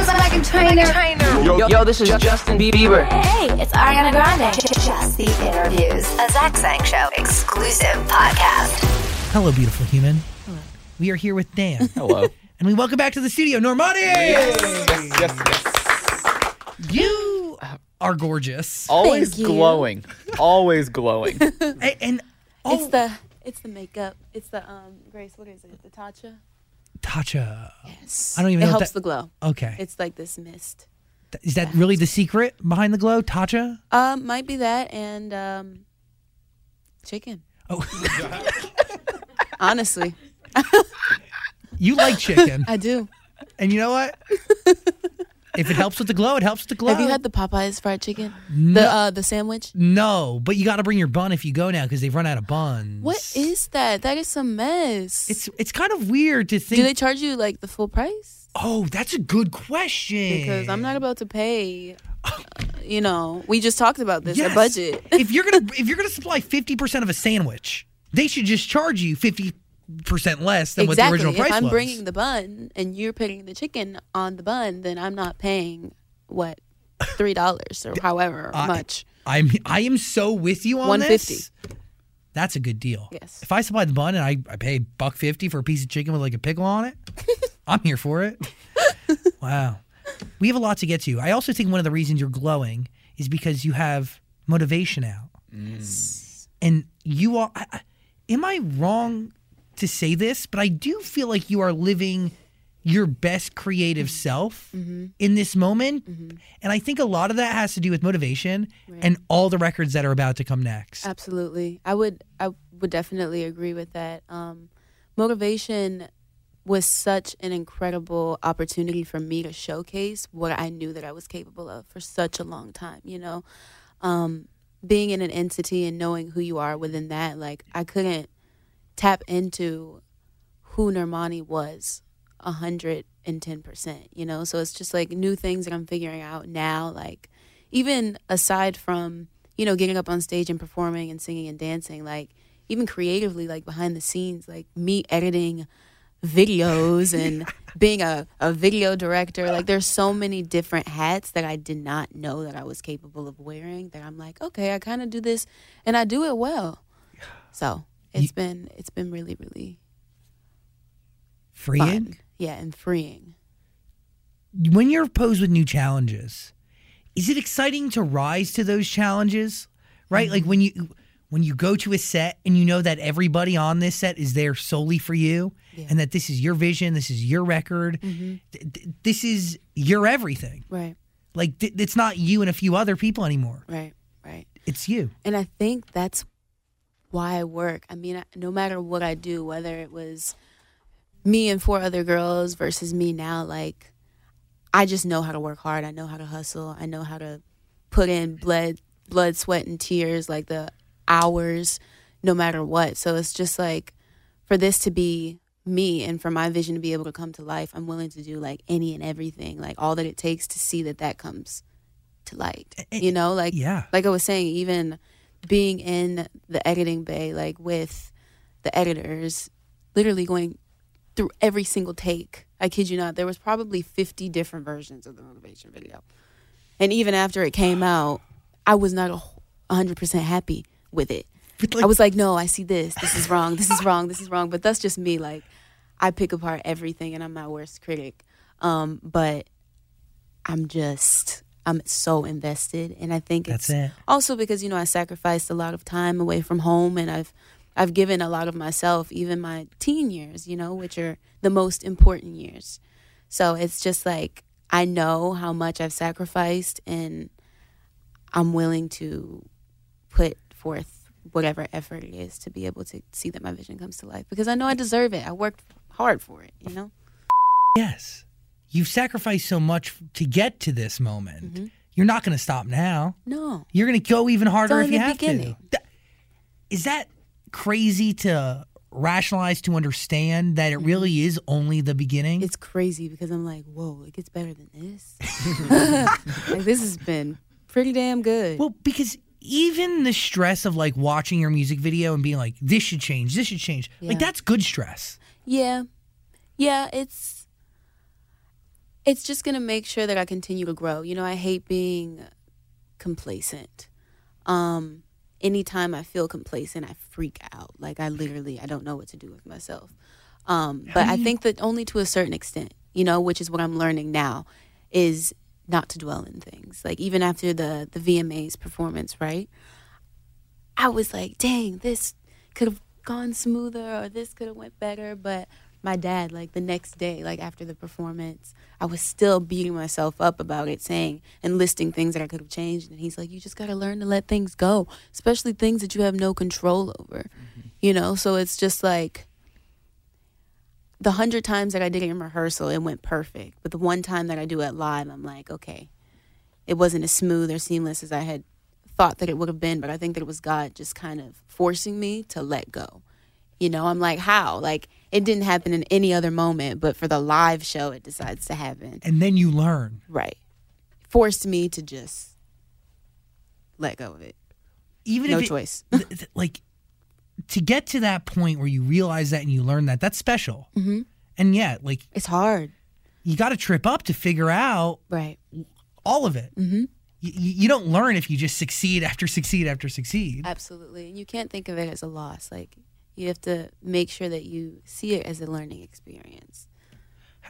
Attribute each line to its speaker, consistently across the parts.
Speaker 1: Entertainer.
Speaker 2: Yo, yo, this is Justin Bieber.
Speaker 3: Hey, it's Ariana Grande. Just the interviews. A Zach Sang Show exclusive podcast.
Speaker 4: Hello, beautiful human. We are here with Dan.
Speaker 5: Hello.
Speaker 4: and we welcome back to the studio, Normani.
Speaker 5: yes, yes, yes.
Speaker 4: You are gorgeous.
Speaker 5: Always
Speaker 6: you.
Speaker 5: glowing. Always glowing.
Speaker 4: And, and
Speaker 6: It's
Speaker 4: oh,
Speaker 6: the it's the makeup. It's the um Grace. What is it? The Tatcha.
Speaker 4: Tatcha.
Speaker 6: Yes.
Speaker 4: I don't even
Speaker 6: It
Speaker 4: know what
Speaker 6: helps
Speaker 4: that-
Speaker 6: the glow.
Speaker 4: Okay.
Speaker 6: It's like this mist.
Speaker 4: Th- Is that really the secret behind the glow, Tatcha?
Speaker 6: Um, might be that and um, chicken.
Speaker 4: Oh,
Speaker 6: Honestly,
Speaker 4: you like chicken.
Speaker 6: I do.
Speaker 4: and you know what? if it helps with the glow, it helps with the glow.
Speaker 6: Have you had the Popeyes fried chicken? The uh, the sandwich.
Speaker 4: no, but you got to bring your bun if you go now because they've run out of buns.
Speaker 6: What is that? That is some mess.
Speaker 4: It's it's kind of weird to think.
Speaker 6: do they charge you like the full price?
Speaker 4: oh, that's a good question.
Speaker 6: Because I'm not about to pay. uh, you know, we just talked about this.
Speaker 4: Yes.
Speaker 6: A budget.
Speaker 4: if you're gonna if you're gonna supply fifty percent of a sandwich, they should just charge you fifty percent less than what the
Speaker 6: exactly.
Speaker 4: original
Speaker 6: if
Speaker 4: price
Speaker 6: I'm
Speaker 4: was.
Speaker 6: bringing the bun and you're putting the chicken on the bun, then I'm not paying what three dollars or however much.
Speaker 4: I'm I am so with you on
Speaker 6: 150.
Speaker 4: this. That's a good deal.
Speaker 6: Yes.
Speaker 4: If I supply the bun and I, I pay buck fifty for a piece of chicken with like a pickle on it, I'm here for it. wow. We have a lot to get to. I also think one of the reasons you're glowing is because you have motivation out. And you are I, I- am I wrong to say this, but I do feel like you are living your best creative self in this moment. And I think a lot of that has to do with motivation and all the records that are about to come next.
Speaker 6: Uh, Absolutely, I would. I would definitely agree with that. Um, motivation was such an incredible opportunity for me to showcase what I knew that I was capable of for such a long time. You know, um, being in an entity and knowing who you are within that, like I couldn't tap into who Normani was a hundred and ten percent, you know? So it's just like new things that I'm figuring out now, like even aside from, you know, getting up on stage and performing and singing and dancing, like even creatively, like behind the scenes, like me editing videos and being a, a video director, like there's so many different hats that I did not know that I was capable of wearing that I'm like, okay, I kinda do this and I do it well. So it's been it's been really, really
Speaker 4: Freeing.
Speaker 6: fun. Yeah, and freeing.
Speaker 4: when you're posed with new challenges, is it exciting to rise to those challenges? Right? Like
Speaker 6: Mm-hmm.
Speaker 4: when you when you go to a set and you know that everybody on this set is there solely for you and that this is your vision, this is your record,
Speaker 6: Mm-hmm.
Speaker 4: th- th- this is your everything.
Speaker 6: Right,
Speaker 4: Like th- it's not you and a few other people anymore.
Speaker 6: right, right.
Speaker 4: It's you.
Speaker 6: And I think that's why I work. I mean, I- no matter what I do, whether it was me and four other girls versus me now, like, I just know how to work hard. I know how to hustle. I know how to put in blood, blood, sweat, and tears, like the hours, no matter what. So it's just like for this to be me and for my vision to be able to come to life, I'm willing to do like any and everything, like all that it takes to see that that comes to light. You know, like
Speaker 4: Yeah.
Speaker 6: like I was saying, even being in the editing bay, like with the editors, literally going through every single take. I kid you not, there was probably 50 different versions of the motivation video. And even after it came out, I was not a wh- 100% happy with it.
Speaker 4: But,
Speaker 6: I was like, no, I see this. This is wrong. This is wrong. This is wrong. But that's just me. Like, I pick apart everything and I'm my worst critic. Um, but I'm just, I'm so invested. And I think
Speaker 4: That's it.
Speaker 6: it's also because, you know, I sacrificed a lot of time away from home and I've, I've given a lot of myself, even my teen years, you know, which are the most important years. So it's just like, I know how much I've sacrificed and I'm willing to put forth whatever effort it is to be able to see that my vision comes to life because I know I deserve it. I worked hard for it, you know?
Speaker 4: Yes. You've sacrificed so much to get to this moment.
Speaker 6: Mm-hmm.
Speaker 4: You're not going to stop now.
Speaker 6: No.
Speaker 4: You're going to go even harder
Speaker 6: only
Speaker 4: if you
Speaker 6: the
Speaker 4: have
Speaker 6: beginning.
Speaker 4: to. Th- Is that crazy to rationalize to understand that it really is only the beginning?
Speaker 6: Mm-hmm. It's crazy because I'm like, whoa, it gets better than this. like, this has been pretty damn good.
Speaker 4: well, because even the stress of like watching your music video and being like, this should change, this should change, like
Speaker 6: Yeah.
Speaker 4: that's good stress.
Speaker 6: Yeah. Yeah, it's it's just going to make sure that I continue to grow. You know, I hate being complacent. Um, anytime I feel complacent, I freak out. Like I literally, I don't know what to do with myself. Um, but I think that only to a certain extent, you know, which is what I'm learning now, is not to dwell in things. Like even after the the VMAs performance, right? I was like, dang, this could have gone smoother or this could have went better, but my dad like the next day like after the performance i was still beating myself up about it saying and listing things that i could have changed and he's like you just got to learn to let things go especially things that you have no control over you know so it's just like the hundred times that i did it in rehearsal it went perfect but the one time that i do it live i'm like okay it wasn't as smooth or seamless as I had thought that it would have been, but I think that it was God just kind of forcing me to let go. You know, I'm like, how? Like, it didn't happen in any other moment, but for the live show, it decides to happen.
Speaker 4: and then you learn.
Speaker 6: Right. Forced me to just let go of it.
Speaker 4: Even
Speaker 6: No
Speaker 4: if it-
Speaker 6: choice.
Speaker 4: th- th- like to get to that point where you realize that and you learn that that's special. Mm-hmm. And yet, like
Speaker 6: It's hard.
Speaker 4: you got to trip up to figure out
Speaker 6: Right.
Speaker 4: all of it. Mm-hmm. You, you don't learn if you just succeed after succeed after succeed.
Speaker 6: Absolutely. And you can't think of it as a loss. Like, you have to make sure that you see it as a learning experience.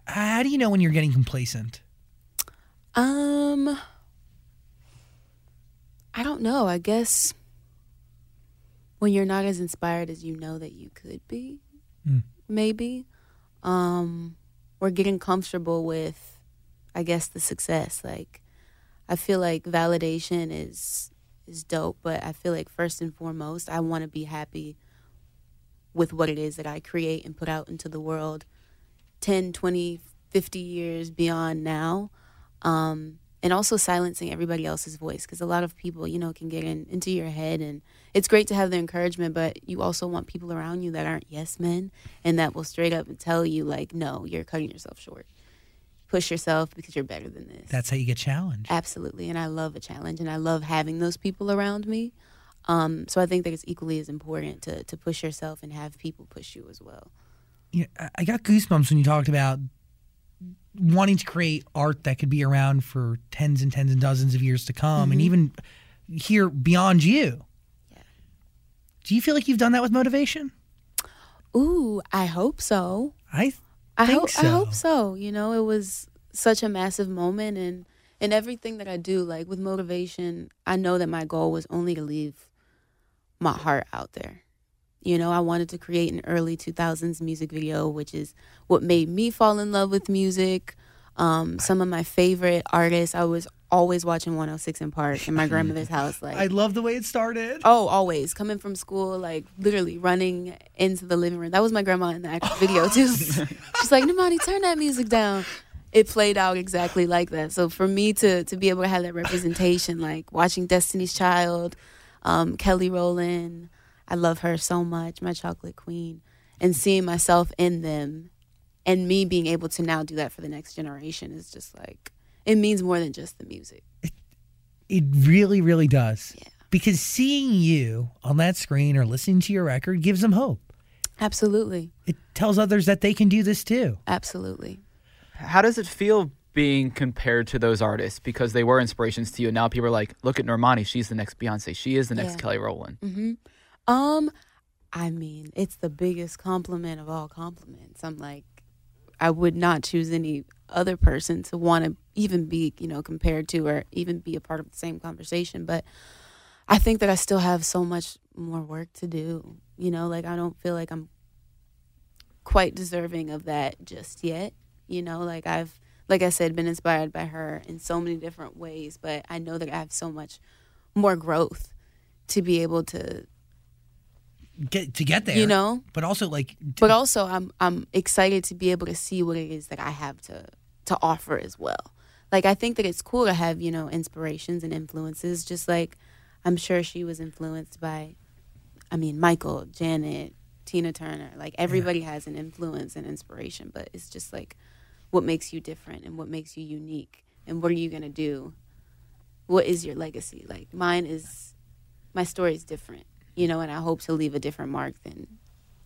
Speaker 4: How do you know when you're getting complacent?
Speaker 6: Um, I don't know. I guess when you're not as inspired as you know that you could be, maybe, um, or getting comfortable with, I guess, the success. Like, I feel like validation is is dope, but I feel like first and foremost, I want to be happy with what it is that I create and put out into the world 10, 20, 50 years beyond now um, and also silencing everybody else's voice because a lot of people you know can get in, into your head and it's great to have the encouragement but you also want people around you that aren't yes men and that will straight up tell you like no you're cutting yourself short push yourself because you're better than this
Speaker 4: That's how you get challenged.
Speaker 6: absolutely and i love a challenge and i love having those people around me um, so i think that it's equally as important to, to push yourself and have people push you as well
Speaker 4: You know, I- I got goosebumps when you talked about wanting to create art that could be around for tens and tens and dozens of years to come, and even here beyond you.
Speaker 6: Mm-hmm. Yeah.
Speaker 4: Do you feel like you've done that with motivation?
Speaker 6: ooh i hope so
Speaker 4: I th-
Speaker 6: I
Speaker 4: think
Speaker 6: hope I hope so. You know, it was such a massive moment and and everything that I do, like with motivation, I know that my goal was only to leave my heart out there. You know, I wanted to create an early 2000s music video, which is what made me fall in love with music. Um, some of my favorite artists, I was always watching 106 in Park in my grandmother's house. Like,
Speaker 4: I love the way it started.
Speaker 6: Oh, always coming from school, like literally running into the living room. That was my grandma in the actual video too. She's like, "Namani, turn that music down." It played out exactly like that. So for me to to be able to have that representation, like watching Destiny's Child, um, Kelly Rowland, I love her so much, my chocolate queen, and seeing myself in them, and me being able to now do that for the next generation is just like it means more than just the music.
Speaker 4: It really, really does. Because seeing you on that screen or listening to your record gives them hope.
Speaker 6: Absolutely,
Speaker 4: It tells others that they can do this too.
Speaker 6: absolutely.
Speaker 5: How does it feel being compared to those artists because they were inspirations to you? And now people are like, look at Normani. She's the next Beyonce. She is the next
Speaker 6: Yeah. Mm.
Speaker 5: Kelly Rowland.
Speaker 6: Um, I mean, it's the biggest compliment of all compliments. I'm like, I would not choose any other person to want to even be, you know, compared to or even be a part of the same conversation. But I think that I still have so much more work to do. You know, like I don't feel like I'm quite deserving of that just yet. You know, like I've, like I said, been inspired by her in so many different ways, but I know that I have so much more growth to be able to
Speaker 4: Get to get there.
Speaker 6: You know?
Speaker 4: But also like
Speaker 6: but also I'm I'm excited to be able to see what it is that I have to to offer as well. Like I think that it's cool to have, you know, inspirations and influences just like I'm sure she was influenced by I mean Michael, Janet, Tina Turner. Like everybody has an influence and inspiration, but it's just like what makes you different and what makes you unique and what are you going to do? What is your legacy? Like mine is my story is different, you know, and I hope to leave a different mark than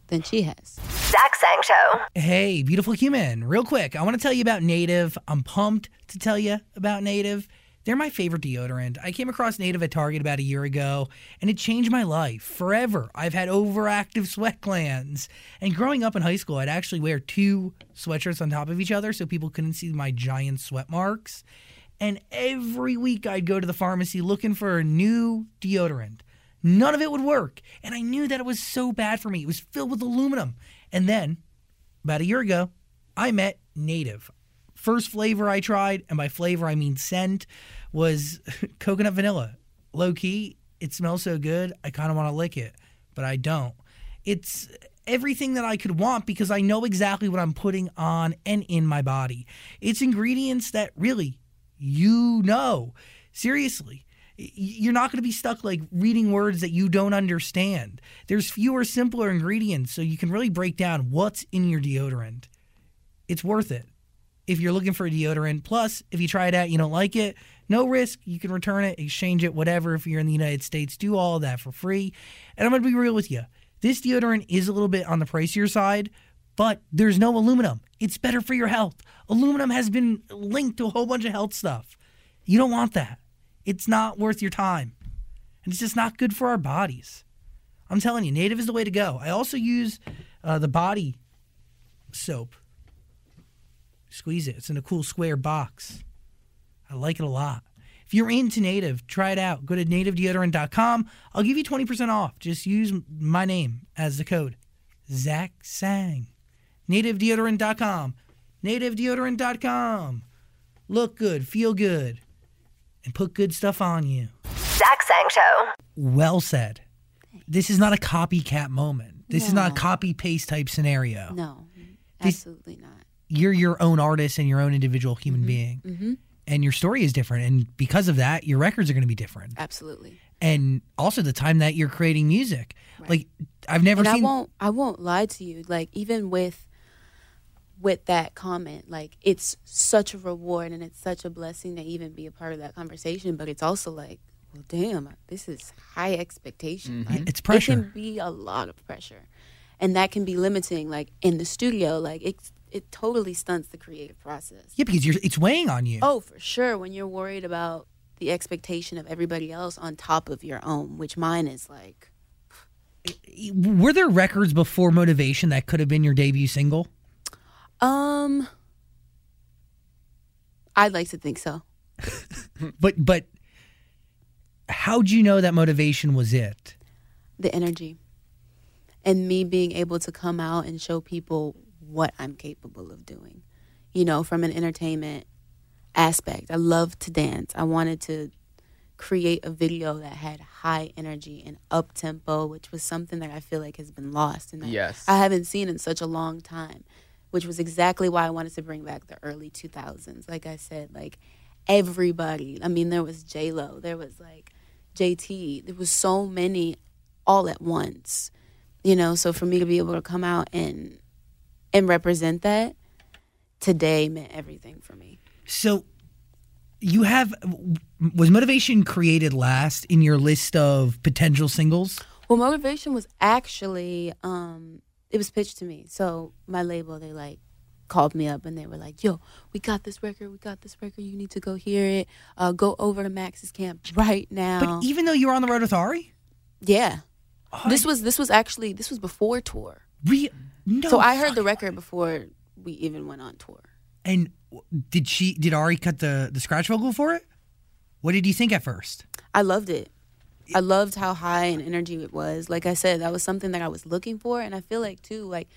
Speaker 6: than she has.
Speaker 3: Zach Sang Show.
Speaker 4: Hey, beautiful human. Real quick, I want to tell you about Native. I'm pumped to tell you about Native. They're my favorite deodorant. I came across Native at Target about a year ago, and it changed my life forever. I've had overactive sweat glands. And growing up in high school, I'd actually wear two sweatshirts on top of each other so people couldn't see my giant sweat marks. And every week, I'd go to the pharmacy looking for a new deodorant. None of it would work. And I knew that it was so bad for me. It was filled with aluminum. And then, about a year ago, I met Native. First flavor I tried, and by flavor I mean scent, was coconut vanilla. Low key, it smells so good, I kind of want to lick it, but I don't. It's everything that I could want because I know exactly what I'm putting on and in my body. It's ingredients that really you know. Seriously you're not going to be stuck like reading words that you don't understand. There's fewer, simpler ingredients, so you can really break down what's in your deodorant. It's worth it if you're looking for a deodorant. Plus, if you try it out, you don't like it, no risk. You can return it, exchange it, whatever. If you're in the United States, do all of that for free. And I'm going to be real with you this deodorant is a little bit on the pricier side, but there's no aluminum. It's better for your health. Aluminum has been linked to a whole bunch of health stuff. You don't want that. It's not worth your time. And it's just not good for our bodies. I'm telling you, native is the way to go. I also use uh, the body soap. Squeeze it, it's in a cool square box. I like it a lot. If you're into native, try it out. Go to nativedeodorant.com. I'll give you 20% off. Just use m- my name as the code Zach Sang. Nativedeodorant.com. Nativedeodorant.com. Look good, feel good, and put good stuff on you.
Speaker 3: Zach Sang Show.
Speaker 4: Well said. This is not a copycat moment. This is not a copy paste type scenario.
Speaker 6: No, absolutely not.
Speaker 4: You're your own artist and your own individual human
Speaker 6: Mm-hmm.
Speaker 4: being. And your story is different. And because of that, your records are going to be different.
Speaker 6: Absolutely.
Speaker 4: And also the time that you're creating music. Like, I've never
Speaker 6: and
Speaker 4: seen.
Speaker 6: I won't I won't lie to you. Like even with with that comment, like it's such a reward and it's such a blessing to even be a part of that conversation. But it's also like, well, damn, this is high expectation. Like,
Speaker 4: Mm-hmm. It's pressure.
Speaker 6: It can be a lot of pressure, and that can be limiting. Like in the studio, like it's it totally stunts the creative process.
Speaker 4: yeah, because you're, it's weighing on you.
Speaker 6: Oh, for sure. When you're worried about the expectation of everybody else on top of your own, which mine is like,
Speaker 4: E, Were there records before Motivation that could have been your debut single?
Speaker 6: um, I'd like to think so.
Speaker 4: But, but how'd you know that Motivation was it?
Speaker 6: the energy and me being able to come out and show people what I'm capable of doing, you know, from an entertainment aspect. I love to dance. I wanted to create a video that had high energy and up tempo, which was something that I feel like has been lost and that
Speaker 5: Yes.
Speaker 6: I haven't seen in such a long time, which was exactly why I wanted to bring back the early 2000s. Like I said, like everybody, I mean, there was J-Lo, there was like JT, there was so many all at once, you know, so for me to be able to come out and and represent that today meant everything for me.
Speaker 4: So you have was motivation created last in your list of potential singles?
Speaker 6: Well, motivation was actually um, it was pitched to me. So my label, they like called me up and they were like, "Yo, we got this record. We got this record. You need to go hear it. Uh, go over to Max's camp right now."
Speaker 4: But e even though you were on the road with Ari,
Speaker 6: yeah, this was this was actually this was before tour.
Speaker 4: we no.
Speaker 6: so I heard the record before we even went on tour.
Speaker 4: And w- did she? Did Ari cut the the scratch vocal for it? What did you think at first?
Speaker 6: I loved it. I loved how high in energy it was. Like I said, that was something that I was looking for. And I feel like, too, like,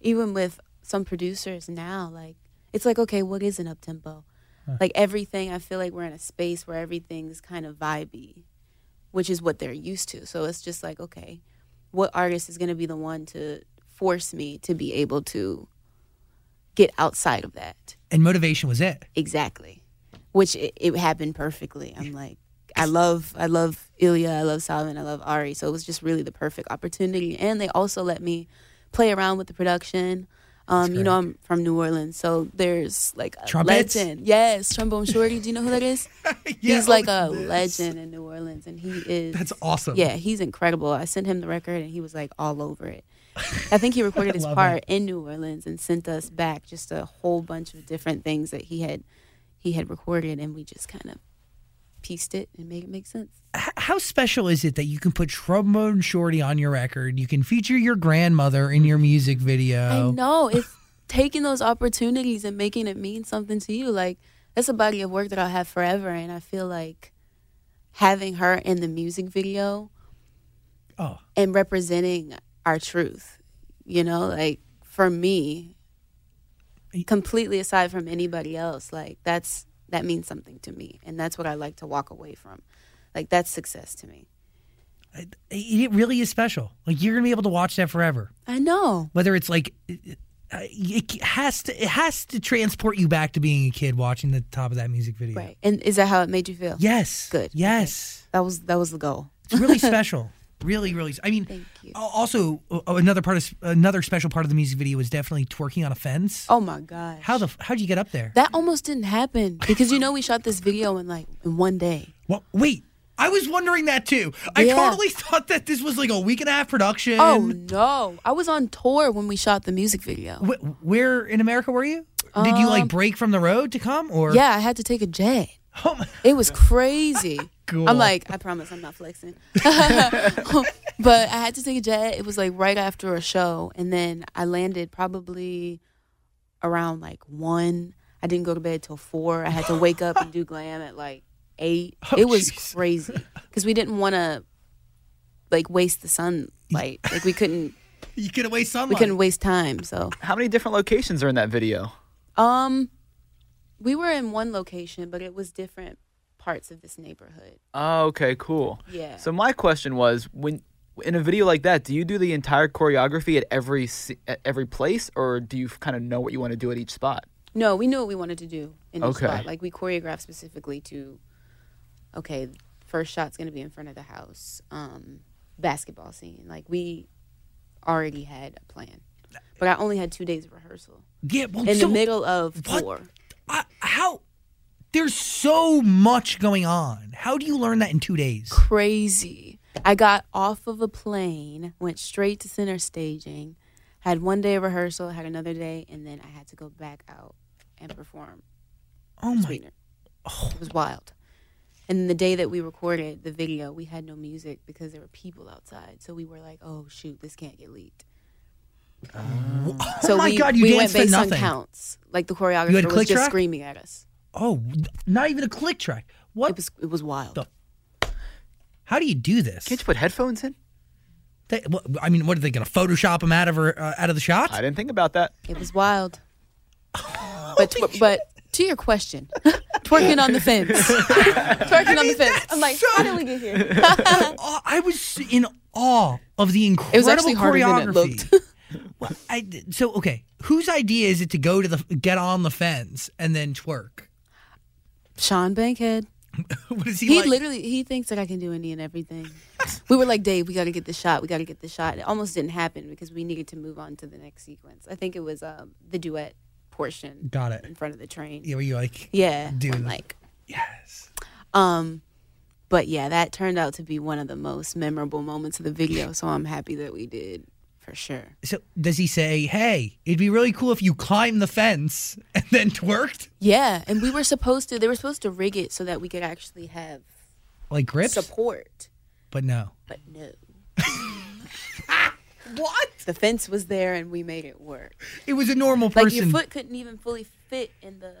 Speaker 6: even with some producers now, like, it's like, okay, what is an up tempo? Like, everything, I feel like we're in a space where everything's kind of vibey, which is what they're used to. So it's just like, okay, what artist is going to be the one to force me to be able to get outside of that?
Speaker 4: And motivation was it.
Speaker 6: Exactly. Which it, it happened perfectly. I'm like, I love, I love Ilya, I love Salvin, I love Ari. So it was just really the perfect opportunity. And they also let me play around with the production. Um, you know, I'm from New Orleans, so there's like a
Speaker 4: Trumpets?
Speaker 6: legend. Yes, trombone shorty. Do you know who that is? He's like a legend in New Orleans, and he is.
Speaker 4: oh, That's awesome.
Speaker 6: Yeah, he's incredible. I sent him the record, and he was like all over it. I think he recorded his
Speaker 4: Love
Speaker 6: part in New Orleans and sent us back just a whole bunch of different things that he had he had recorded, and we just kind of pieced it and made it make sense.
Speaker 4: H- how special is it that you can put Trombone Shorty on your record? You can feature your grandmother in your music
Speaker 6: I
Speaker 4: video.
Speaker 6: know it's taking those opportunities and making it mean something to you. Like that's a body of work that I'll have forever, and I feel like having her in the music video
Speaker 4: Oh,
Speaker 6: and representing our truth. You know, like for me, completely aside from anybody else, like that's that means something to me, and that's what I like to walk away from. Like that's success to me.
Speaker 4: it, it really is special. Like you're gonna be able to watch that forever.
Speaker 6: I know.
Speaker 4: Whether it's like it, it it has to, it has to transport you back to being a kid watching the top of that music video.
Speaker 6: Right. And is that how it made you feel?
Speaker 4: Yes.
Speaker 6: Good.
Speaker 4: Yes.
Speaker 6: That was that was the goal.
Speaker 4: It's really special. Really, really. I mean,
Speaker 6: Thank you.
Speaker 4: al- also oh, oh, another part of another special part of the music video was definitely twerking on a fence.
Speaker 6: Oh my gosh.
Speaker 4: How the f- how'd you get up there?
Speaker 6: That almost didn't happen because you know we shot this video in like in one day.
Speaker 4: Well, wait, I was wondering that too. I
Speaker 6: Yeah.
Speaker 4: totally thought that this was like a week and a half production.
Speaker 6: Oh no! I was on tour when we shot the music video.
Speaker 4: Wh- where in America were you? Did you like break from the road to come or?
Speaker 6: Um, Yeah, I had to take a jet.
Speaker 4: Oh my-
Speaker 6: It was crazy.
Speaker 4: Cool.
Speaker 6: I'm like, I promise, I'm not flexing. but I had to take a jet. It was like right after a show, and then I landed probably around like one. I didn't go to bed till four. I had to wake up and do glam at like eight. it was
Speaker 4: Oh, jeez.
Speaker 6: crazy because we didn't want to like waste the sunlight. Like we couldn't,
Speaker 4: you get away sunlight.
Speaker 6: we couldn't waste time. So,
Speaker 5: How many different locations are in that video?
Speaker 6: um, we were in one location, but it was different parts of this neighborhood.
Speaker 5: Oh, okay, cool.
Speaker 6: Yeah.
Speaker 5: So my question was, when in a video like that, do you do the entire choreography at every se- at every place, or do you kind of know what you want to do at each spot?
Speaker 6: No, we knew what we wanted to do in each
Speaker 5: Okay.
Speaker 6: spot. Like we choreographed specifically to, okay, first shot's gonna be in front of the house, um, basketball scene. Like we already had a plan, but I only had two days of rehearsal
Speaker 4: Yeah, well,
Speaker 6: in
Speaker 4: Oh, so,
Speaker 6: the middle of
Speaker 4: what?
Speaker 6: tour.
Speaker 4: I- how? There's so much going on. How do you learn that in two days?
Speaker 6: Crazy. I got off of a plane, went straight to center staging, had one day of rehearsal, had another day, and then I had to go back out and perform
Speaker 4: Oh my
Speaker 6: sweetener. It was wild. And the day that we recorded the video, we had no music because there were people outside. So we were like, "Oh shoot, this can't get leaked." so
Speaker 4: Oh my
Speaker 6: we,
Speaker 4: God, you
Speaker 6: we
Speaker 4: danced
Speaker 6: went
Speaker 4: to
Speaker 6: based on
Speaker 4: nothing.
Speaker 6: counts. Like the choreographer was
Speaker 4: click
Speaker 6: just
Speaker 4: track?
Speaker 6: screaming at us.
Speaker 4: Oh, not even a click track.
Speaker 6: It
Speaker 4: What?
Speaker 6: was it was wild.
Speaker 4: The- how do you do this?
Speaker 5: Can't you put headphones in?
Speaker 4: They, what, I mean, what are they going to Photoshop him out of her uh, out of the shots?
Speaker 5: I didn't think about that.
Speaker 6: It was wild. but tw- but to your question, twerking on the fence, twerking on the fence. I'm like,
Speaker 4: so-
Speaker 6: how did we get here?
Speaker 4: Aw- Oh, I was in awe of the incredible
Speaker 6: was actually harder than it
Speaker 4: choreography. Well, I d- so okay. Whose idea is it to go to the get on the fence and then twerk?
Speaker 6: Sean Bankhead.
Speaker 4: What is he,
Speaker 6: He
Speaker 4: like?
Speaker 6: literally he thinks that I can do any and everything. we were like, Dave, we got to get the shot. We got to get the shot. It almost didn't happen because we needed to move on to the next sequence. I think it was um, the duet portion.
Speaker 4: Got
Speaker 6: in
Speaker 4: it.
Speaker 6: front of the train.
Speaker 4: Yeah, were you like?
Speaker 6: Yeah,
Speaker 4: Do
Speaker 6: I'm
Speaker 4: the-
Speaker 6: like yes. Um, but yeah, that turned out to be one of the most memorable moments of the video. So I'm happy that we did for sure.
Speaker 4: So does he say, "Hey, it'd be really cool if you climbed the fence and then twerked
Speaker 6: Yeah, and we were supposed to. They were supposed to rig it so that we could actually have
Speaker 4: like grips"?
Speaker 6: support,
Speaker 4: but no.
Speaker 6: but no.
Speaker 4: What?
Speaker 6: The fence was there, and we made it work.
Speaker 4: It was a normal
Speaker 6: Like
Speaker 4: person.
Speaker 6: your foot couldn't even fully fit in the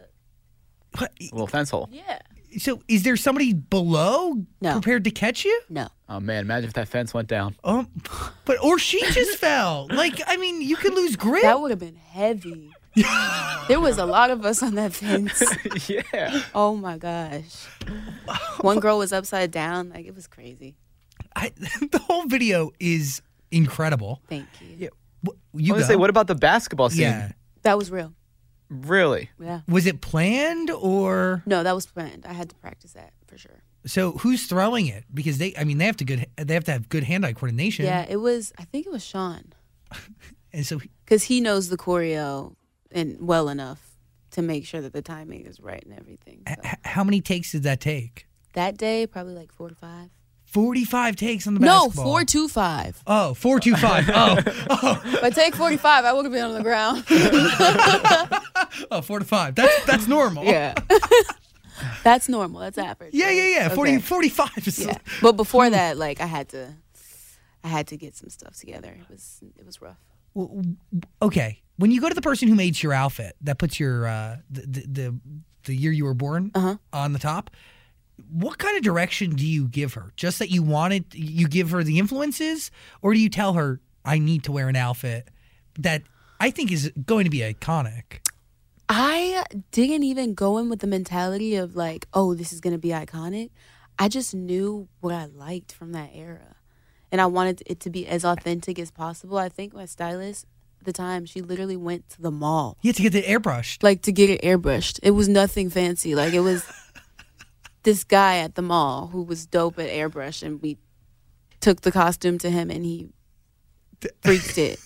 Speaker 5: A little fence hole.
Speaker 6: yeah.
Speaker 4: So is there somebody below
Speaker 6: No.
Speaker 4: prepared to catch you?
Speaker 6: No,
Speaker 5: Oh man, imagine if that fence went down.
Speaker 4: Um, but or she just fell. Like I mean, you could lose grip.
Speaker 6: that would have been heavy. there was a lot of us on that fence.
Speaker 5: yeah.
Speaker 6: Oh my gosh, one girl was upside down. Like it was crazy.
Speaker 4: I, the whole video is incredible.
Speaker 6: Thank you.
Speaker 4: Wh- You
Speaker 5: I was
Speaker 4: go.
Speaker 5: gonna say, what about the basketball scene?
Speaker 4: yeah.
Speaker 6: That was real.
Speaker 5: Really?
Speaker 6: Yeah.
Speaker 4: Was it planned or
Speaker 6: No, that was planned. I had to practice that for sure.
Speaker 4: so? Who's throwing it? Because they, I mean, they have to good. They have to have good hand-eye coordination.
Speaker 6: Yeah, it was. I think it was Sean
Speaker 4: And so
Speaker 6: because he knows the choreo and well enough to make sure that the timing is right and everything. So.
Speaker 4: h- how many takes did that take?
Speaker 6: That day, probably like four to five.
Speaker 4: 45 takes on the
Speaker 6: No,
Speaker 4: basketball.
Speaker 6: four two five.
Speaker 4: Oh, four two five. Oh, oh,
Speaker 6: If I take forty five, I would have been on the ground.
Speaker 4: oh, four to five. That's that's normal.
Speaker 6: yeah. That's normal. That's average.
Speaker 4: yeah, yeah, yeah. 40,
Speaker 6: Okay.
Speaker 4: 45 is
Speaker 6: Yeah. But before that, like I had to, I had to get some stuff together. It was it was rough.
Speaker 4: W- w- okay. When you go to the person who made your outfit that puts your uh, the, the the the year you were born
Speaker 6: Uh-huh.
Speaker 4: on the top, what kind of direction do you give her? Just that you wanted you give her the influences, or do you tell her I need to wear an outfit that I think is going to be iconic?
Speaker 6: I didn't even go in with the mentality of like, oh, this is gonna be iconic. I just knew what I liked from that era, and I wanted it to be as authentic as possible. I think my stylist at the time, she literally went to the mall
Speaker 4: You have to get the airbrushed.
Speaker 6: like to get it airbrushed. It was nothing fancy. Like it was this guy at the mall who was dope at airbrush, and we took the costume to him, and he freaked it.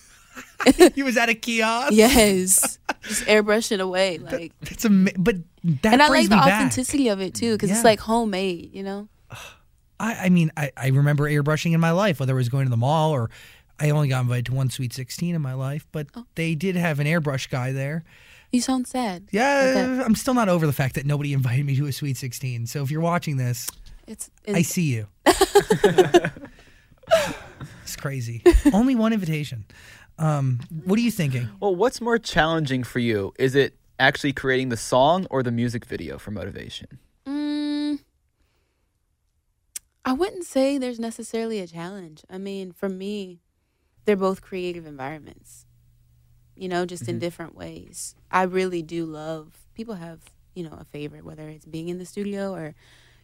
Speaker 4: he was at a kiosk.
Speaker 6: Yes, just airbrushing away, like.
Speaker 4: That's a but that
Speaker 6: And I like
Speaker 4: brings
Speaker 6: the
Speaker 4: me back.
Speaker 6: authenticity of it too, because
Speaker 4: Yeah.
Speaker 6: it's like homemade, you know.
Speaker 4: I, I mean, I, I remember airbrushing in my life, whether it was going to the mall or I only got invited to one Sweet 16 in my life, but they did have an airbrush guy there.
Speaker 6: You sound sad.
Speaker 4: Yeah,
Speaker 6: Okay.
Speaker 4: I'm still not over the fact that nobody invited me to a Sweet 16. So if you're watching this,
Speaker 6: It's,
Speaker 4: I
Speaker 6: it's
Speaker 4: see you. it's crazy. Only one invitation. Um, what are you thinking?
Speaker 5: Well, what's more challenging for you? Is it actually creating the song or the music video for motivation?
Speaker 6: Mm, I wouldn't say there's necessarily a challenge. I mean, for me, they're both creative environments, you know, just in different ways. I really do love, people have, you know, a favorite, whether it's being in the studio or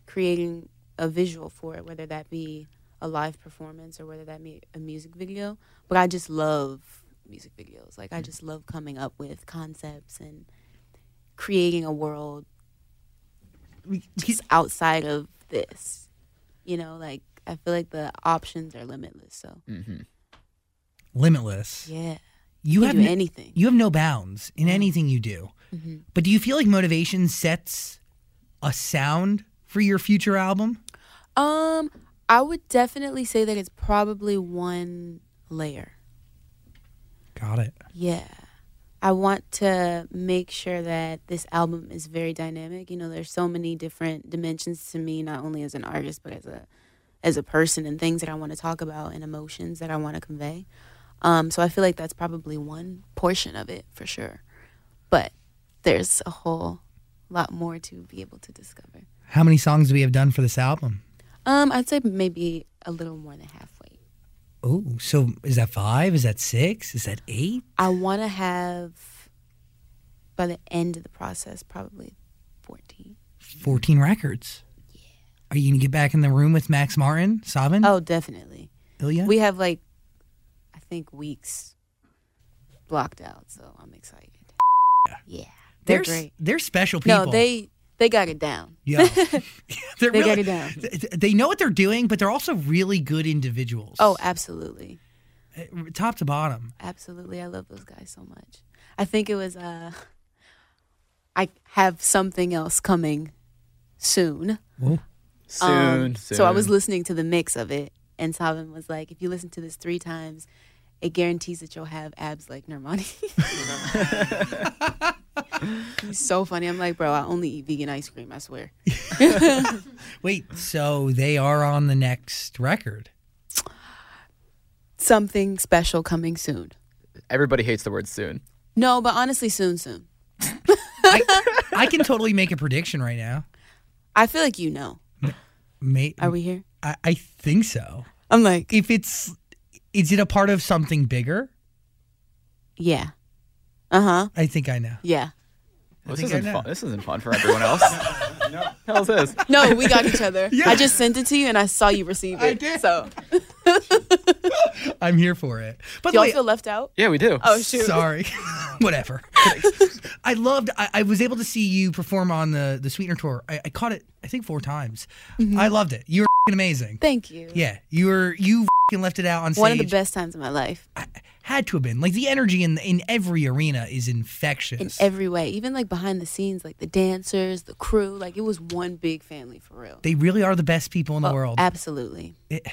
Speaker 6: creating a visual for it, whether that be a live performance or whether that be a music video. But I just love music videos. Like, I just love coming up with concepts and creating a world
Speaker 4: We-
Speaker 6: just outside of this. You know, like I feel like the options are limitless. So
Speaker 4: Limitless.
Speaker 6: yeah,
Speaker 4: You
Speaker 6: can
Speaker 4: have
Speaker 6: do
Speaker 4: no-
Speaker 6: anything. Mm-hmm.
Speaker 4: You have no bounds in anything you do. But do you feel like motivation sets a sound for your future album?
Speaker 6: um, I would definitely say that it's probably one layer.
Speaker 4: Got it.
Speaker 6: Yeah. I want to make sure that this album is very dynamic. You know, there's so many different dimensions to me, not only as an artist, but as a as a person and things that I want to talk about and emotions that I want to convey. Um, so I feel like that's probably one portion of it for sure. But there's a whole lot more to be able to discover.
Speaker 4: How many songs do we have done for this album?
Speaker 6: Um, I'd say maybe a little more than halfway.
Speaker 4: Oh, so is that five? Is that six? Is that eight?
Speaker 6: I want to have by the end of the process probably 14.
Speaker 4: 14 records. Are you going to get back in the room with Max Martin, Savin,
Speaker 6: Oh, definitely.
Speaker 4: Ilya?
Speaker 6: We have like, I think weeks blocked out, so I'm excited. Yeah, they're
Speaker 4: s-
Speaker 6: great.
Speaker 4: They're special people.
Speaker 6: No, they they got it down.
Speaker 4: Yeah. they're
Speaker 6: They
Speaker 4: really,
Speaker 6: got it down.
Speaker 4: th- They know what they're doing, but they're also really good individuals.
Speaker 6: Oh, absolutely,
Speaker 4: Uh, top to bottom.
Speaker 6: absolutely. I love those guys so much. I think it was uh, I have something else coming soon.
Speaker 5: Soon,
Speaker 6: Um,
Speaker 5: soon.
Speaker 6: So I was listening to the mix of it, and Salvin was like, "If you listen to this three times, it guarantees that you'll have abs like Normani." He's so funny. I'm like, bro, I only eat vegan ice cream. I swear.
Speaker 4: Wait, so they are on the next record.
Speaker 6: Something special coming soon.
Speaker 5: Everybody hates the word soon.
Speaker 6: No, but honestly, soon, soon.
Speaker 4: I, I can totally make a prediction right now.
Speaker 6: I feel like you know.
Speaker 4: May,
Speaker 6: Are we here?
Speaker 4: I, I think so.
Speaker 6: I'm like,
Speaker 4: If it's, is it a part of something bigger?
Speaker 6: yeah. Uh huh.
Speaker 4: I think I know.
Speaker 6: Yeah.
Speaker 5: Well,
Speaker 4: think
Speaker 5: this
Speaker 4: I
Speaker 5: isn't
Speaker 4: know.
Speaker 5: fun. This isn't fun for everyone else. no. Hell's this?
Speaker 6: No, we got each other. I just sent it to you, and I saw you receive it.
Speaker 4: I did.
Speaker 6: So,
Speaker 4: I'm here for it. By the
Speaker 6: y'all
Speaker 4: way,
Speaker 6: feel left out?
Speaker 5: Yeah, we do.
Speaker 6: Oh shoot.
Speaker 4: sorry. Whatever. I loved. I, I was able to see you perform on the the Sweetener tour. I, I
Speaker 6: Mm-hmm.
Speaker 4: caught it. I think four times. I loved it. You were f***ing amazing.
Speaker 6: Thank you.
Speaker 4: Yeah, you were. You fucking left it out on stage.
Speaker 6: One of the best times of my life
Speaker 4: Had to have been. Like the energy in in every arena is infectious.
Speaker 6: in every way, even like behind the scenes, like the dancers, the crew, like it was one big family for real.
Speaker 4: they really are the best people in the
Speaker 6: Oh,
Speaker 4: world.
Speaker 6: Absolutely.
Speaker 4: It-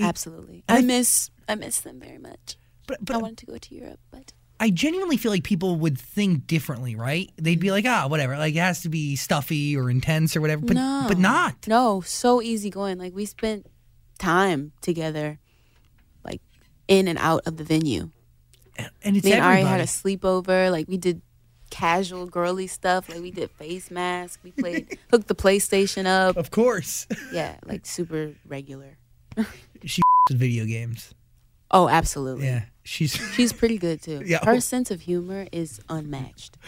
Speaker 6: absolutely. I, miss I miss them very much.
Speaker 4: but
Speaker 6: I
Speaker 4: but
Speaker 6: wanted to go to Europe, but
Speaker 4: I genuinely feel like people would think differently, right? They'd
Speaker 6: Mm-hmm.
Speaker 4: be like, ah, whatever. Like it has to be stuffy or intense or whatever. But
Speaker 6: no.
Speaker 4: but not.
Speaker 6: No, so easy going. Like we spent time together like in and out of the venue.
Speaker 4: And it's
Speaker 6: Me and Ari
Speaker 4: everybody.
Speaker 6: had a sleepover. Like we did casual girly stuff. Like we did face mask. We played hooked the PlayStation up.
Speaker 4: of course.
Speaker 6: Yeah, like super regular.
Speaker 4: she with video games.
Speaker 6: Oh, absolutely.
Speaker 4: Yeah. She's
Speaker 6: She's pretty good too.
Speaker 4: Yeah.
Speaker 6: Her sense of humor is unmatched.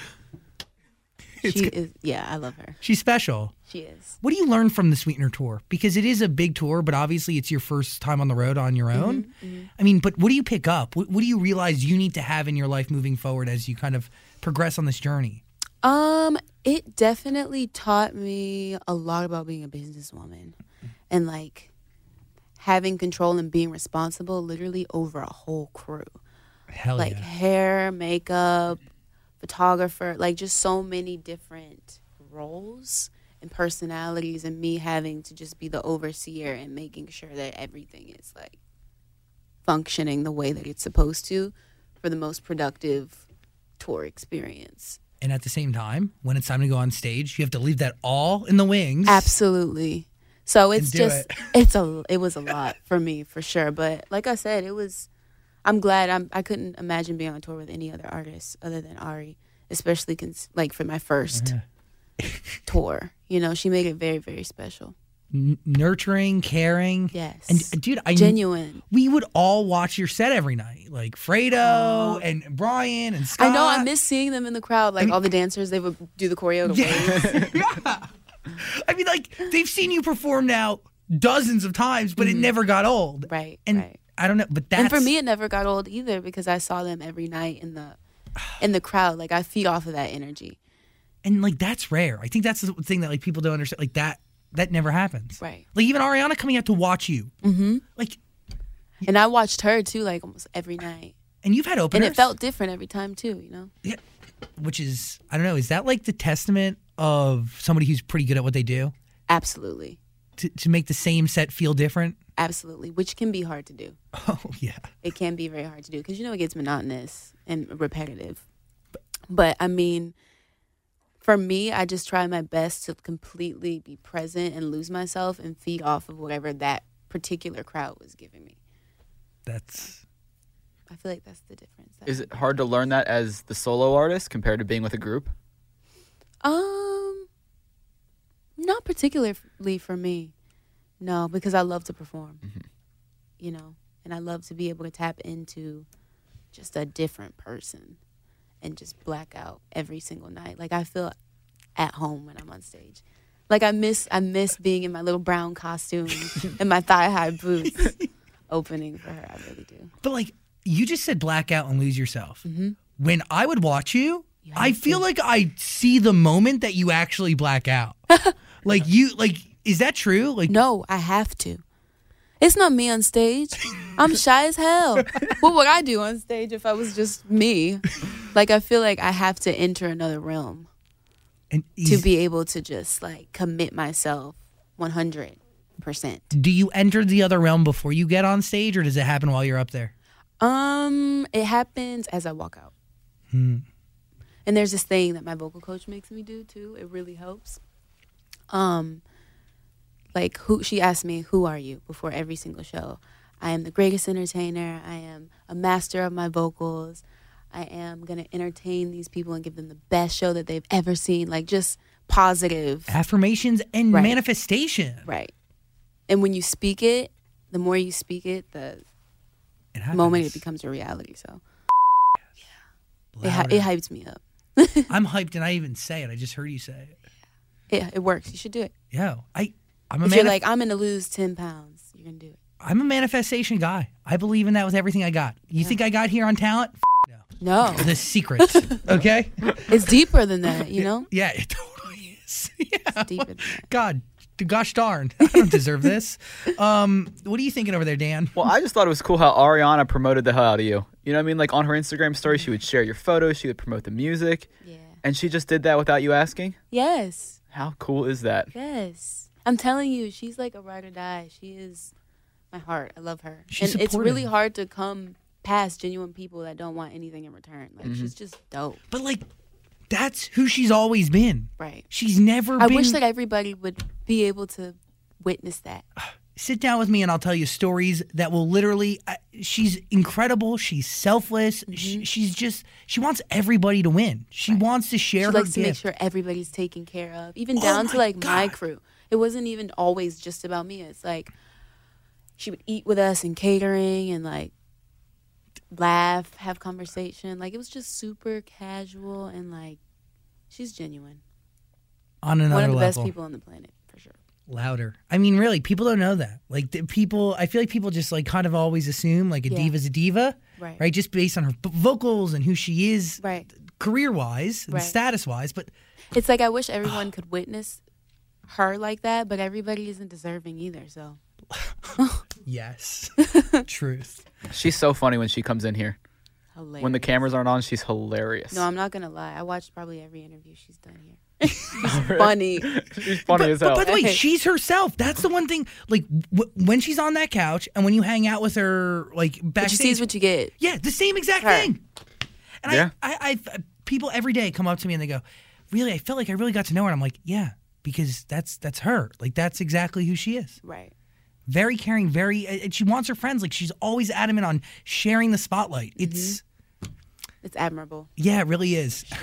Speaker 6: she is yeah, I love her.
Speaker 4: she's special.
Speaker 6: She is.
Speaker 4: What do you learn from the Sweetener tour? Because it is a big tour, but obviously it's your first time on the road on
Speaker 6: Mm-hmm,
Speaker 4: your own. I mean, but what do you pick up? What, what do you realize you need to have in your life moving forward as you kind of progress on this journey?
Speaker 6: Um, it definitely taught me a lot about being a businesswoman and like having control and being responsible literally over a whole crew.
Speaker 4: Hell
Speaker 6: like
Speaker 4: yeah.
Speaker 6: hair, makeup, photographer, like just so many different roles and personalities and me having to just be the overseer and making sure that everything is like functioning the way that it's supposed to for the most productive tour experience.
Speaker 4: And at the same time, when it's time to go on stage, you have to leave that all in the wings.
Speaker 6: Absolutely. So it's
Speaker 4: do
Speaker 6: just
Speaker 4: it.
Speaker 6: it's a it was a lot for me for sure. But like I said, it was I'm glad I'm I couldn't imagine being on tour with any other artist other than Ari, especially cons- like for my first tour. You know, she made it very very special.
Speaker 4: N- nurturing, caring.
Speaker 6: Yes.
Speaker 4: And uh, dude, I
Speaker 6: Genuine.
Speaker 4: We would all watch your set every night, like Fredo and Brian and Scott.
Speaker 6: Oh. I know I miss seeing them in the crowd, like all the dancers. They would do the choreo. To waves.
Speaker 4: I mean, like they've seen you perform now dozens of times, but it never got old.
Speaker 6: Mm-hmm. Right,
Speaker 4: And
Speaker 6: right.
Speaker 4: I don't know, but that's
Speaker 6: and for me, it never got old either because I saw them every night in the in the crowd. Like I feed off of that energy.
Speaker 4: and like that's rare. I think that's the thing that like people don't understand. Like that that never happens.
Speaker 6: Right.
Speaker 4: Like even Ariana coming out to watch you. Mm-hmm. Like
Speaker 6: And I watched her too, like almost every night.
Speaker 4: and you've had
Speaker 6: and
Speaker 4: openers,
Speaker 6: it felt different every time too you know
Speaker 4: yeah, which is I don't know. Is that like the testament of somebody who's pretty good at what they do
Speaker 6: absolutely
Speaker 4: to to make the same set feel different?
Speaker 6: absolutely which can be hard to do
Speaker 4: Oh yeah.
Speaker 6: it can be very hard to do because you know it gets monotonous and repetitive but i mean for me i just try my best to completely be present and lose myself and feed off of whatever that particular crowd was giving me
Speaker 4: That's
Speaker 6: i feel like that's the difference
Speaker 5: Is it hard to learn that as the solo artist compared to being with a group?
Speaker 6: um not particularly for me no because i love to perform you know, and I love to be able to tap into just a different person and just black out every single night. Like I feel at home when I'm on stage. Like I miss I miss being in my little brown costume and my thigh high boots opening for her. I really do.
Speaker 4: But like you just said, blackout and lose yourself.
Speaker 6: Mm-hmm.
Speaker 4: When I would watch you, I feel like I see the moment that you actually black out. like you, like is that true? Like
Speaker 6: No, I have to. It's not me on stage. I'm shy as hell. what would I do on stage if I was just me? Like I feel like I have to enter another realm.
Speaker 4: and
Speaker 6: to
Speaker 4: is-
Speaker 6: be able to just like commit myself 100%.
Speaker 4: do you enter the other realm before you get on stage, or does it happen while you're up there?
Speaker 6: Um it happens as I walk out. And there's this thing that my vocal coach makes me do too. It really helps. Um like who she asked me, "Who are you?" before every single show. I am the greatest entertainer. I am a master of my vocals. I am going to entertain these people and give them the best show that they've ever seen. Like just positive
Speaker 4: Affirmations and
Speaker 6: Right.
Speaker 4: manifestation.
Speaker 6: Right. And when you speak it, the more you speak it, the
Speaker 4: It happens.
Speaker 6: moment it becomes a reality. So it, hy-
Speaker 4: Louder.
Speaker 6: it hypes me up.
Speaker 4: I'm hyped, and I even say it. I just heard you say it.
Speaker 6: It, it works. You should do it.
Speaker 4: Yo, I, I'm a
Speaker 6: If you're
Speaker 4: man.
Speaker 6: like, I'm going to lose 10 pounds, you're going to do it.
Speaker 4: I'm a manifestation guy. I believe in that with everything I got. You think I got here on talent? F-
Speaker 6: No,
Speaker 4: the secret. okay.
Speaker 6: it's deeper than that, you know?
Speaker 4: Yeah, it totally is.
Speaker 6: It's deeper than that.
Speaker 4: God, gosh darn, I don't deserve this. Um, what are you thinking over there, Dan?
Speaker 5: Well, I just thought it was cool how Ariana promoted the hell out of you. You know what I mean? Like on her Instagram story, she would share your photos, she would promote the music,
Speaker 6: Yeah.
Speaker 5: and she just did that without you asking.
Speaker 6: Yes.
Speaker 5: How cool is that?
Speaker 6: Yes. I'm telling you, she's like a ride or die. She is my heart. I love her.
Speaker 4: She's
Speaker 6: and it's really
Speaker 4: supportive.
Speaker 6: hard to come past genuine people that don't want anything in return. Like
Speaker 4: Mm-hmm.
Speaker 6: she's just dope.
Speaker 4: But like, that's who she's always been.
Speaker 6: Right.
Speaker 4: She's never
Speaker 6: I
Speaker 4: been.
Speaker 6: wish that everybody would be able to witness that.
Speaker 4: Sit down with me and I'll tell you stories that will literally. I she's incredible. She's selfless.
Speaker 6: Mm-hmm.
Speaker 4: She, she's just. She wants everybody to win. She wants to share
Speaker 6: She
Speaker 4: her
Speaker 6: likes to make
Speaker 4: gift. Oh
Speaker 6: sure everybody's taken care of, even down to
Speaker 4: my
Speaker 6: like my
Speaker 4: God.
Speaker 6: crew. It wasn't even always just about me. It's like she would eat with us and catering and like laugh, have conversation. Like it was just super casual and like she's genuine.
Speaker 4: on another
Speaker 6: One of the
Speaker 4: level.
Speaker 6: best people on the planet for sure.
Speaker 4: louder. I mean, really, people don't know that. Like the people, I feel like people just like kind of always assume like a
Speaker 6: Yeah.
Speaker 4: diva's a diva,
Speaker 6: Right.
Speaker 4: Right, just based on her b- vocals and who she is,
Speaker 6: Right.
Speaker 4: career wise and
Speaker 6: Right.
Speaker 4: status wise. But
Speaker 6: It's like I wish everyone could witness her like that, but everybody isn't deserving either. So
Speaker 4: yes, truth.
Speaker 5: She's so funny when she comes in here.
Speaker 6: hilarious.
Speaker 5: When the cameras aren't on, she's hilarious.
Speaker 6: no, I'm not gonna lie. I watched probably every interview she's done here. She's funny.
Speaker 5: she's funny
Speaker 4: But,
Speaker 5: as hell.
Speaker 4: but by the way,
Speaker 6: Okay.
Speaker 4: she's herself. That's the one thing. Like w- when she's on that couch and when you hang out with her, like
Speaker 6: But you
Speaker 4: backstage,
Speaker 6: see what you get.
Speaker 4: yeah, the same exact
Speaker 6: Her.
Speaker 4: thing. And
Speaker 5: Yeah.
Speaker 4: I, I, I, people every day come up to me and they go, "Really, I felt like I really got to know her." And I'm like, "Yeah." Because that's that's her. Like that's exactly who she is.
Speaker 6: Right.
Speaker 4: very caring, very, and she wants her friends. Like she's always adamant on sharing the spotlight. It's
Speaker 6: It's admirable.
Speaker 4: yeah, it really is.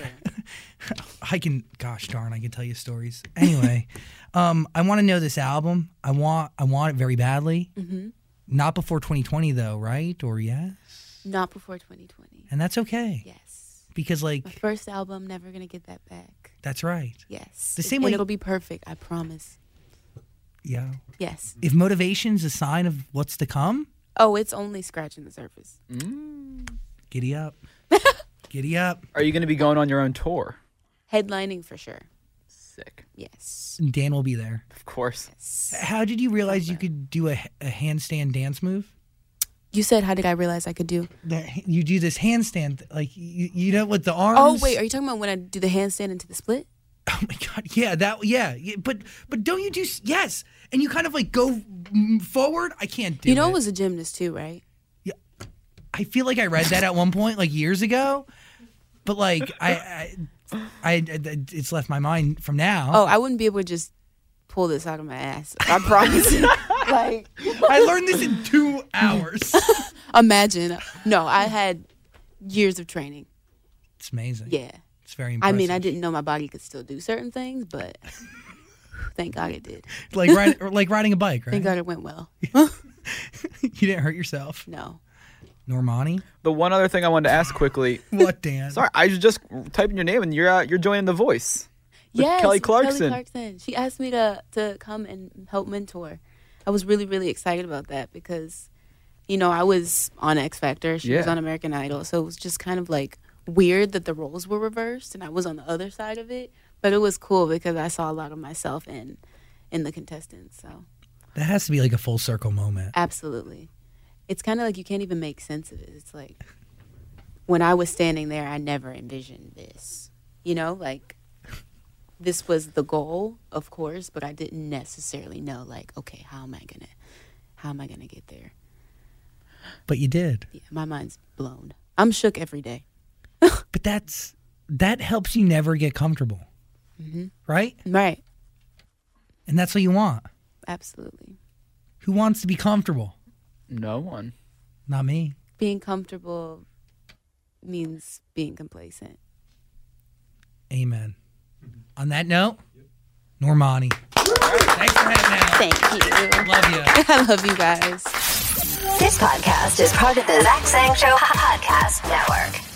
Speaker 4: I can, gosh darn, I can tell you stories. Anyway, um, I want to know this album. I want, I want it very badly. Not before 2020 though, right? Or yes,
Speaker 6: Not before 2020.
Speaker 4: and that's okay
Speaker 6: Yes.
Speaker 4: because
Speaker 6: My
Speaker 4: like
Speaker 6: first album, never gonna get that back.
Speaker 4: that's right.
Speaker 6: Yes.
Speaker 4: The same
Speaker 6: and
Speaker 4: way-
Speaker 6: it'll be perfect. I promise.
Speaker 4: Yeah.
Speaker 6: Yes.
Speaker 4: If motivation's a sign of what's to come,
Speaker 6: Oh, it's only scratching the surface.
Speaker 4: giddy up, giddy up.
Speaker 5: Are you going to be going on your own tour?
Speaker 6: Headlining for sure.
Speaker 5: Sick.
Speaker 6: Yes.
Speaker 4: Dan will be there.
Speaker 5: Of course.
Speaker 4: How did you realize you could do a, a handstand dance move?
Speaker 6: You said, how did I realize I could do?
Speaker 4: that you do this handstand, th- like you, you know, with the arms.
Speaker 6: Oh, wait. Are you talking about when I do the handstand into the split?
Speaker 4: Oh my god, yeah, that, yeah, yeah, but but don't you do? s- Yes, and you kind of like go mm, forward. I can't do.
Speaker 6: you know,
Speaker 4: it.
Speaker 6: it was a gymnast too, right?
Speaker 4: I feel like I read that at one point, like years ago, but like I, I, I, I- it's left my mind from now.
Speaker 6: Oh, I wouldn't be able to just pull this out of my ass. I promise you. like,
Speaker 4: I learned this in two hours.
Speaker 6: imagine. No, I had years of training.
Speaker 4: it's amazing.
Speaker 6: Yeah.
Speaker 4: it's very
Speaker 6: I
Speaker 4: impressive.
Speaker 6: mean, I didn't know my body could still do certain things, but thank God it did.
Speaker 4: like ride, or like riding a bike,
Speaker 6: Thank
Speaker 4: right?
Speaker 6: God it went well.
Speaker 4: you didn't hurt yourself,
Speaker 6: No.
Speaker 4: Normani.
Speaker 5: The one other thing I wanted to ask quickly.
Speaker 4: What, Dan?
Speaker 5: Sorry, I was just typing your name and you're uh, you're joining The Voice. With
Speaker 6: Yes,
Speaker 5: Kelly
Speaker 6: with
Speaker 5: Clarkson.
Speaker 6: Clarkson. She asked me to to come and help mentor. I was really really excited about that because, you know, I was on X Factor. She was
Speaker 5: Yeah.
Speaker 6: on American Idol, so it was just kind of like weird that the roles were reversed, and I was on the other side of it. But it was cool because I saw a lot of myself in in the contestants. So
Speaker 4: That has to be like a full circle moment.
Speaker 6: absolutely, it's kind of like you can't even make sense of it. It's like when I was standing there, I never envisioned this. You know, like this was the goal, of course, but I didn't necessarily know like, okay, how am I gonna how am I gonna get there?
Speaker 4: But you did.
Speaker 6: Yeah, my mind's blown. I'm shook every day.
Speaker 4: But that's that helps you never get comfortable,
Speaker 6: Mm-hmm.
Speaker 4: right?
Speaker 6: Right.
Speaker 4: And that's what you want.
Speaker 6: Absolutely.
Speaker 4: Who wants to be comfortable?
Speaker 5: No one.
Speaker 4: Not me.
Speaker 6: Being comfortable means being complacent.
Speaker 4: Amen. On that note, Normani. Thanks for having me.
Speaker 6: Thank you.
Speaker 4: Love you.
Speaker 6: I love you guys.
Speaker 3: This podcast is part of the Zach Sang Show Podcast Network.